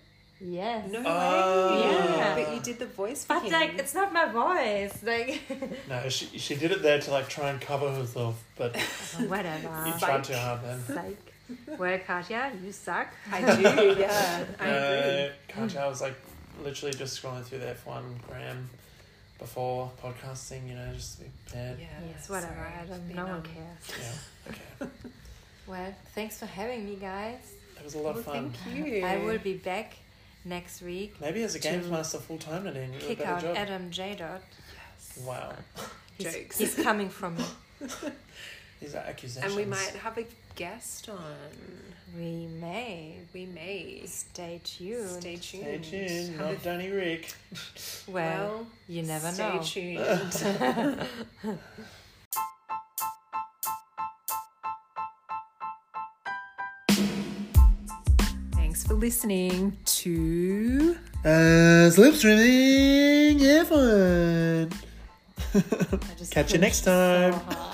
Speaker 7: Yes.
Speaker 6: No
Speaker 5: Oh.
Speaker 6: way.
Speaker 7: Yeah.
Speaker 6: But you did the voice for
Speaker 7: But
Speaker 6: him.
Speaker 7: like, it's not my voice. Like,
Speaker 5: No, she she did it there to like try and cover herself, but you
Speaker 7: whatever.
Speaker 5: tried too hard, man.
Speaker 7: like, well, Katya, you suck.
Speaker 6: I do, yeah. I agree. Mm.
Speaker 5: Uh, Katja, I was like literally just scrolling through the F1 gram before podcasting, you know, just to be prepared.
Speaker 6: Yeah,
Speaker 7: Yes, whatever.
Speaker 6: sorry,
Speaker 7: I don't.
Speaker 6: been,
Speaker 7: No one
Speaker 6: um,
Speaker 7: cares.
Speaker 5: Yeah. Okay.
Speaker 7: Well, thanks for having me, guys.
Speaker 5: It was a lot of
Speaker 6: Well,
Speaker 5: fun.
Speaker 6: thank you.
Speaker 7: I will be back next week.
Speaker 5: Maybe as a games master full time, Nadine, you do a
Speaker 7: Kick
Speaker 5: better
Speaker 7: out
Speaker 5: job.
Speaker 7: Adam J. Dot.
Speaker 5: Wow.
Speaker 7: He's,
Speaker 6: Jokes.
Speaker 7: he's coming from me.
Speaker 5: These are accusations.
Speaker 6: And we might have a guest on.
Speaker 7: We may.
Speaker 6: We may.
Speaker 7: Stay tuned.
Speaker 6: Stay tuned.
Speaker 5: Stay tuned,
Speaker 6: Have a-
Speaker 5: not Danny Rick.
Speaker 7: Well, you never
Speaker 6: stay
Speaker 7: know.
Speaker 6: tuned. Thanks for listening to.
Speaker 5: Uh, slipstreaming F1.
Speaker 7: I just
Speaker 5: Catch you next
Speaker 7: cringed so
Speaker 5: time.
Speaker 7: hard.